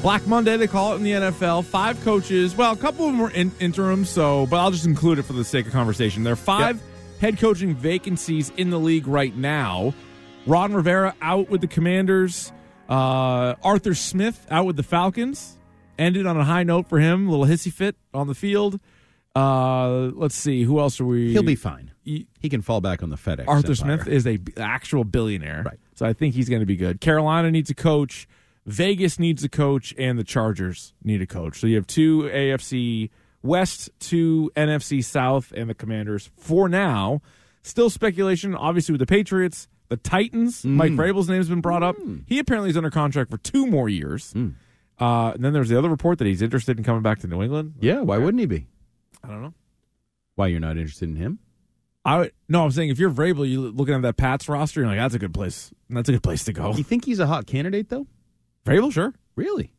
Black Monday, they call it in the NFL. Five coaches. Well, a couple of them were in- interim, so, but I'll just include it for the sake of conversation. There are five head coaching vacancies in the league right now. Ron Rivera out with the Commanders. Uh, Arthur Smith out with the Falcons. Ended on a high note for him. little hissy fit on the field. Uh, let's see. Who else are we? He'll be fine. Ye- He can fall back on the FedEx. Arthur empire. Smith is a b- actual billionaire, Right. So I think he's going to be good. Carolina needs a coach, Vegas needs a coach, and the Chargers need a coach. So you have two AFC West, two NFC South, and the Commanders for now. Still speculation, obviously with the Patriots, the Titans. Mm. Mike Vrabel's name has been brought up. He apparently is under contract for two more years. Mm. Uh, and then there's the other report that he's interested in coming back to New England. Yeah, why wouldn't he be? I don't know. Why you're not interested in him? I would- no, I'm saying if you're Vrabel, you looking at that Pats roster, you're like, that's a good place. That's a good place to go. You think he's a hot candidate though? Vrabel, sure. Really?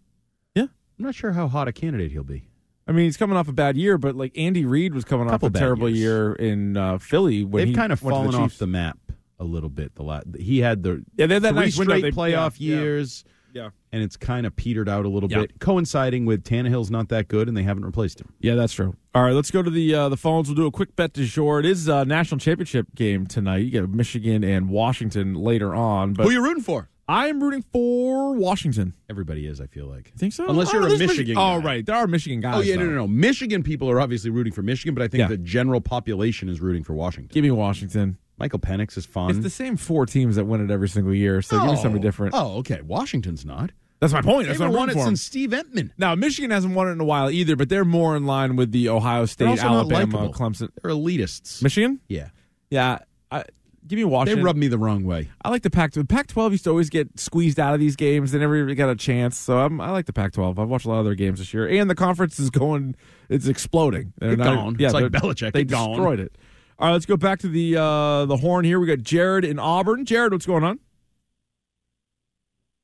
Yeah. I'm not sure how hot a candidate he'll be. I mean, he's coming off a bad year, but like Andy Reid was coming Couple off a bad terrible years. year in uh, Philly when They've he kind of went to fallen off Chiefs. the map a little bit. The la- he had the Yeah, they had that three nice window. straight They- playoff yeah, yeah. years, Yeah. and it's kind of petered out a little Yeah. bit, coinciding with Tannehill's not that good, and they haven't replaced him. Yeah, that's true. All right, let's go to the uh, the phones. We'll do a quick bet du jour. It is uh, national championship game tonight. You got Michigan and Washington later on, but Who you rooting for? I am rooting for Washington. Everybody is, I feel like. You think so? Unless you're a there's Michigan Oh, guy. right, there are Michigan guys. Oh yeah, no, though. no, no. Michigan people are obviously rooting for Michigan, but I think Yeah. the general population is rooting for Washington. Give me Washington. Michael Penix is fun. It's the same four teams that win it every single year, so give me something different. Oh, okay. Washington's not. That's my point. That's They what I'm haven't won rooting it for. 'em. since Steve Entman. Now Michigan hasn't won it in a while either, but they're more in line with the Ohio State, They're also not Alabama, likable. Clemson, They're elitists. Michigan. yeah. Yeah, I, give me They Washington. rub me the wrong way. I like the Pac. The Pac-12 used to always get squeezed out of these games. They never even got a chance. So I'm, I like the Pac-12. I've watched a lot of their games this year, and the conference is going. It's exploding. They're They're gone. It's like they're- Belichick. They They're gone. destroyed it. All right, let's go back to the uh, the horn here. We got Jared in Auburn. Jared, what's going on?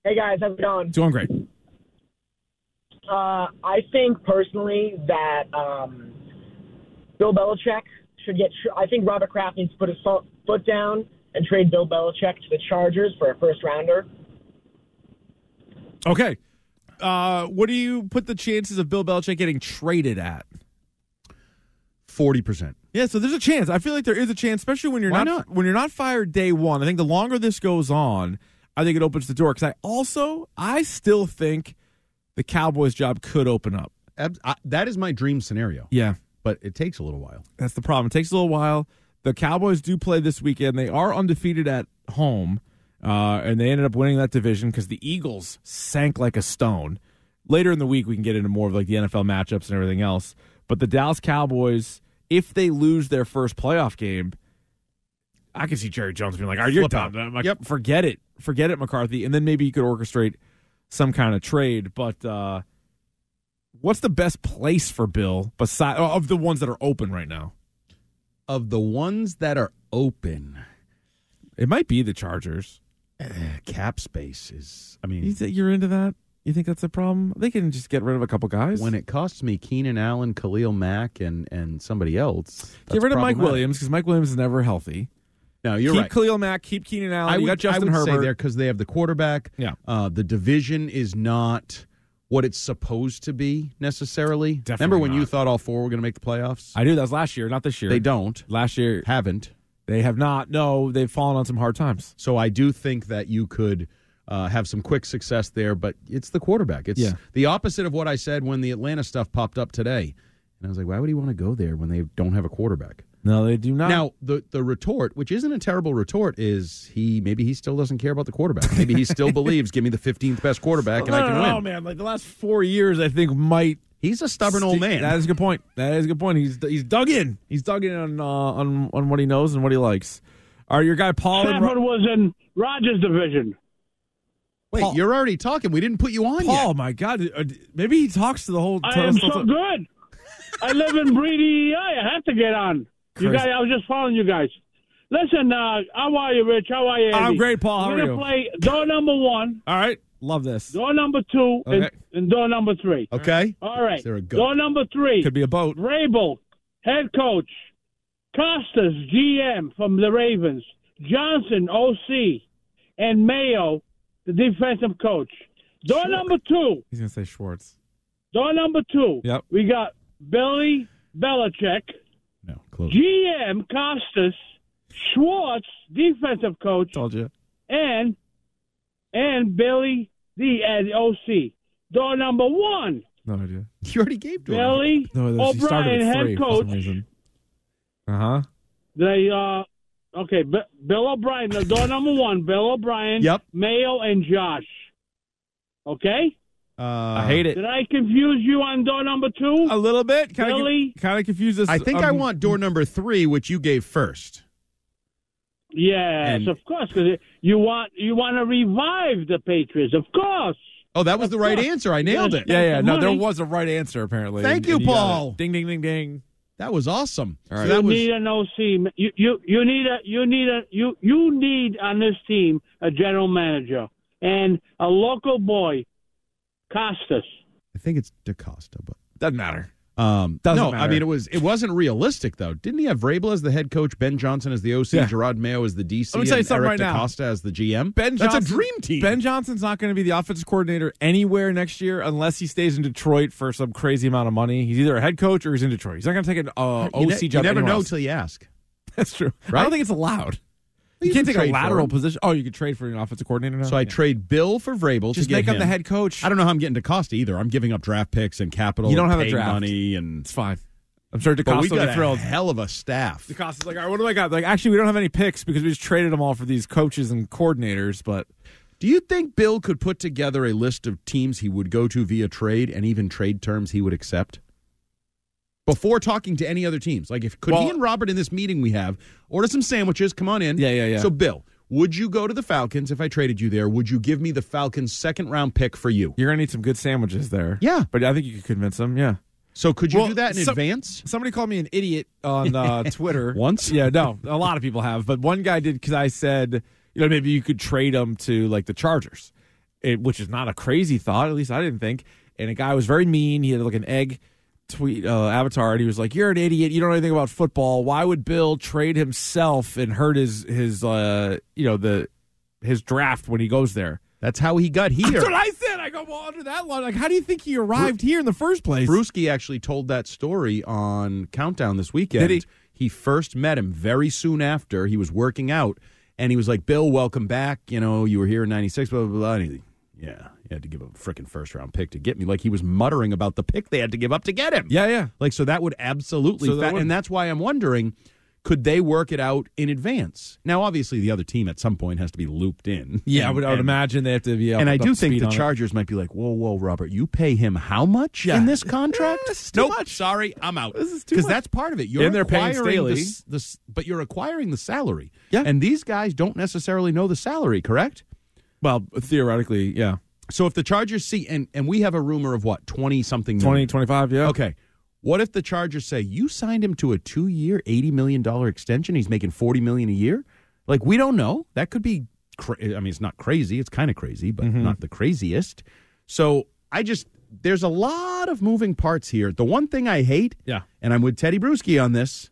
Hey guys, how's it going? It's going great. Uh, I think personally that um, Bill Belichick should get. tr- I think Robert Kraft needs to put his fo- foot down and trade Bill Belichick to the Chargers for a first rounder. Okay. Uh, what do you put the chances of Bill Belichick getting traded at? Forty percent. Yeah, so there's a chance. I feel like there is a chance, especially when you're not, when you're not fired day one. I think the longer this goes on, I think it opens the door. Because I also, I still think the Cowboys' job could open up. that is my dream scenario. Yeah, but it takes a little while. That's the problem. It takes a little while. The Cowboys do play this weekend. They are undefeated at home, uh, and they ended up winning that division because the Eagles sank like a stone. Later in the week, we can get into more of like the NFL matchups and everything else. But the Dallas Cowboys, if they lose their first playoff game, I can see Jerry Jones being like, "Are you Flip done? out. I'm Like, yep. Forget it, forget it, McCarthy." And then maybe you could orchestrate some kind of trade. But uh, what's the best place for Bill beside of the ones that are open right now? Of the ones that are open, it might be the Chargers. cap space is. I mean, Eh, You think you're into that? You think that's a problem? They can just get rid of a couple guys. when it costs me Keenan Allen, Khalil Mack, and and somebody else, get rid of Mike Williams. Williams because Mike Williams is never healthy. No, you're keep right. Khalil Mack, keep Keenan Allen. I you would, got Justin I would Herbert. say there because they have the quarterback. Yeah. Uh, the division is not what it's supposed to be necessarily. Remember when you thought all four were going to make the playoffs? I do. That was last year, not this year. They don't. Last year haven't. They have not. No, they've fallen on some hard times. So I do think that you could uh, have some quick success there, but it's the quarterback. It's Yeah. the opposite of what I said when the Atlanta stuff popped up today. And I was like, why would he want to go there when they don't have a quarterback? No, they do not. Now, the the retort, which isn't a terrible retort, is he maybe he still doesn't care about the quarterback. Maybe he still believes, give me the 15th best quarterback and I No, can no, win. no, oh, man. Like the last four years, I think might. He's a stubborn old man. That is a good point. That is a good point. He's he's dug in. He's dug in on uh, on on what he knows and what he likes. All right, your guy Paul. in Ro- Stafford was in Rogers' division. Wait, you're already talking. We didn't put you on Paul, my God. Uh, d- Maybe he talks to the whole. I to am us- so good. I live in Breedy. I have to get on. You Crazy. guys, I was just following you guys. Listen, uh, how are you, Rich? How are you? I'm Andy? great, Paul. How We're are gonna you? play door number one, All right. Love this. door number two, and, Okay. and door number three. Okay. All right. Is there a goat? Door number three. Could be a boat. Rabel, head coach. Costas, GM from the Ravens. Johnson, OC. And Mayo, the defensive coach. Door number two. He's gonna say Schwartz. Door number two. Yep. We got Billy Belichick. No, close. GM Costas, Schwartz, defensive coach. Told you. And and Billy the, uh, the OC. Door number one. No idea. You already gave Billy No, he started O'Brien, with head three for coach. some reason. Uh huh. They uh, okay, B- Bill O'Brien, the door number one, Bill O'Brien, Yep. Mayo and Josh. Okay, uh, I hate it. Did I confuse you on door number two? A little bit, Kinda con- Billy. Kind of confused us. I think I um, want door number three, which you gave first. Yes, And- of course, because you want you want to revive the Patriots, of course. Oh, that was the right answer. I nailed it. Yeah, yeah. No, there was a right answer apparently. Thank And- you, and got it. Paul. Ding, ding, ding, ding. That was awesome. All you need an OC. You, you you need a you need a you you need on this team a general manager and a local boy, Costas. I think it's DaCosta, but doesn't matter. Um, Doesn't no, I matter. mean it was it wasn't realistic though. Didn't he have Vrabel as the head coach, Ben Johnson as the OC, Yeah. Gerard Mayo as the DC, Let me tell you and something Eric right now. DaCosta as the GM? Ben That's a Johnson- dream team. Ben Johnson's not going to be the offensive coordinator anywhere next year unless he stays in Detroit for some crazy amount of money. He's either a head coach or he's in Detroit. He's not going to take an uh, OC you, ne- job. you never anywhere know else. till you ask. That's true. I Right? don't think it's allowed. You You, can't can take a trade for lateral him. position. Oh, you could trade for an offensive coordinator. Now? So I Yeah. trade Bill for Vrabel. Just to get make him the head coach. I don't know how I'm getting DaCosta either. I'm giving up draft picks and capital. You don't and have a paying draft. money, and it's fine. I'm sure but DaCosta we would got be thrilled. a hell of a staff. DaCosta's like, all right, what do I got? Like, actually, we don't have any picks because we just traded them all for these coaches and coordinators. But Do you think Bill could put together a list of teams he would go to via trade and even trade terms he would accept? Before talking to any other teams, like if could Well- he and Robert in this meeting we have order some sandwiches, come on in. Yeah, yeah, yeah. So Bill, would you go to the Falcons if I traded you there? Would you give me the Falcons second round pick for you? you're going to need some good sandwiches there. Yeah. But I think you could convince them. Yeah. So could you Well, do that in some- advance? Somebody called me an idiot on uh, Twitter once. Yeah, no, a lot of people have, but one guy did because I said, you know, maybe you could trade him to like the Chargers, it, which is not a crazy thought. At least I didn't think. And a guy was very mean. He had like an egg tweet uh, avatar and he was like, "You're an idiot. You don't know anything about football. Why would Bill trade himself and hurt his his uh you know the his draft when he goes there?" That's how he got here. That's what I said. I go well under that line. Like, how do you think he arrived here in the first place? Brewski actually told that story on Countdown this weekend. Did he? first met him very soon after he was working out, and he was like, "Bill, welcome back. You know, you were here in '96, blah blah blah." And he, yeah, you had to give up a freaking first round pick to get me. Like he was muttering about the pick they had to give up to get him. Yeah, yeah. Like so that would absolutely, So that fa- would- and that's why I'm wondering, could they work it out in advance? Now, obviously, the other team at some point has to be looped in. Yeah, I And- would, I would and- imagine they have to be. Up, and I up do to speed think the on it. Chargers might be like, whoa, whoa, Robert, you pay him how much in this contract? nope, sorry, I'm out. This is too Because much. that's part of it. You're And they're paying acquiring Staley. the s- the s- but you're acquiring the salary. Yeah. And these guys don't necessarily know the salary, correct? Well, theoretically, yeah. So if the Chargers see, and, and we have a rumor of what, 20 something 20, 25, yeah. Okay. What if the Chargers say, you signed him to a two year, $80 million extension? He's making $40 million a year? Like, we don't know. That could be, cra- I mean, it's not crazy. It's kind of crazy, but Mm-hmm. not the craziest. So I just, there's a lot of moving parts here. The one thing I hate, Yeah. and I'm with Teddy Bruschi on this,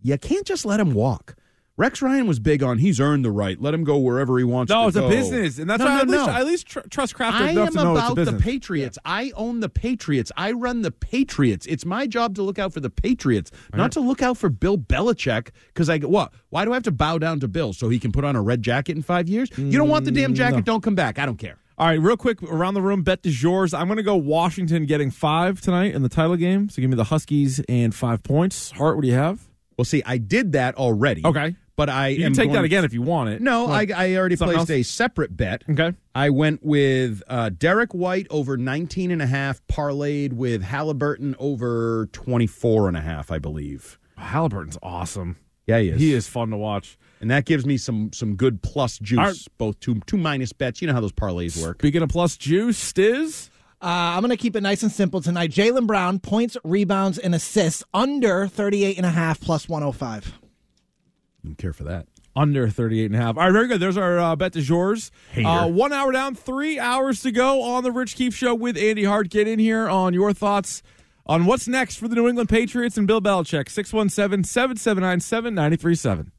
you can't just let him walk. Rex Ryan was big on he's earned the right. Let him go wherever he wants to No, it's go. a business, and that's No, why I no, at least, no. I at least tr- trust Kraft I enough am to know it's a about the business. Patriots. I own the Patriots. I run the Patriots. It's my job to look out for the Patriots, not to look out for Bill Belichick. Because I what? Why do I have to bow down to Bill so he can put on a red jacket in five years? Mm, You don't want the damn jacket. Don't come back. I don't care. All right, real quick around the room, bet is yours. I'm going to go Washington getting five tonight in the title game. So give me the Huskies and five points. Hart, what do you have? Well, see, I did that already. Okay, but I you can am take that going- again if you want it. No, I, I already Something placed a else? separate bet. Okay. I went with uh, Derek White over 19 and a half, parlayed with Halliburton over 24 and a half, I believe. Halliburton's awesome. Yeah, he is. He is fun to watch. And that gives me some some good plus juice, Our- both two two minus bets. You know how those parlays work. Speaking of plus juice, Stiz? Uh, I'm going to keep it nice and simple tonight. Jalen Brown, points, rebounds, and assists under 38 and a half plus 105. Didn't care for that. Under 38 and a half. All right, very good. There's our uh, bet de jours. Hater. Uh, one hour down, three hours to go on the Rich Keefe Show with Andy Hart. Get in here on your thoughts on what's next for the New England Patriots and Bill Belichick. 617 779 7937.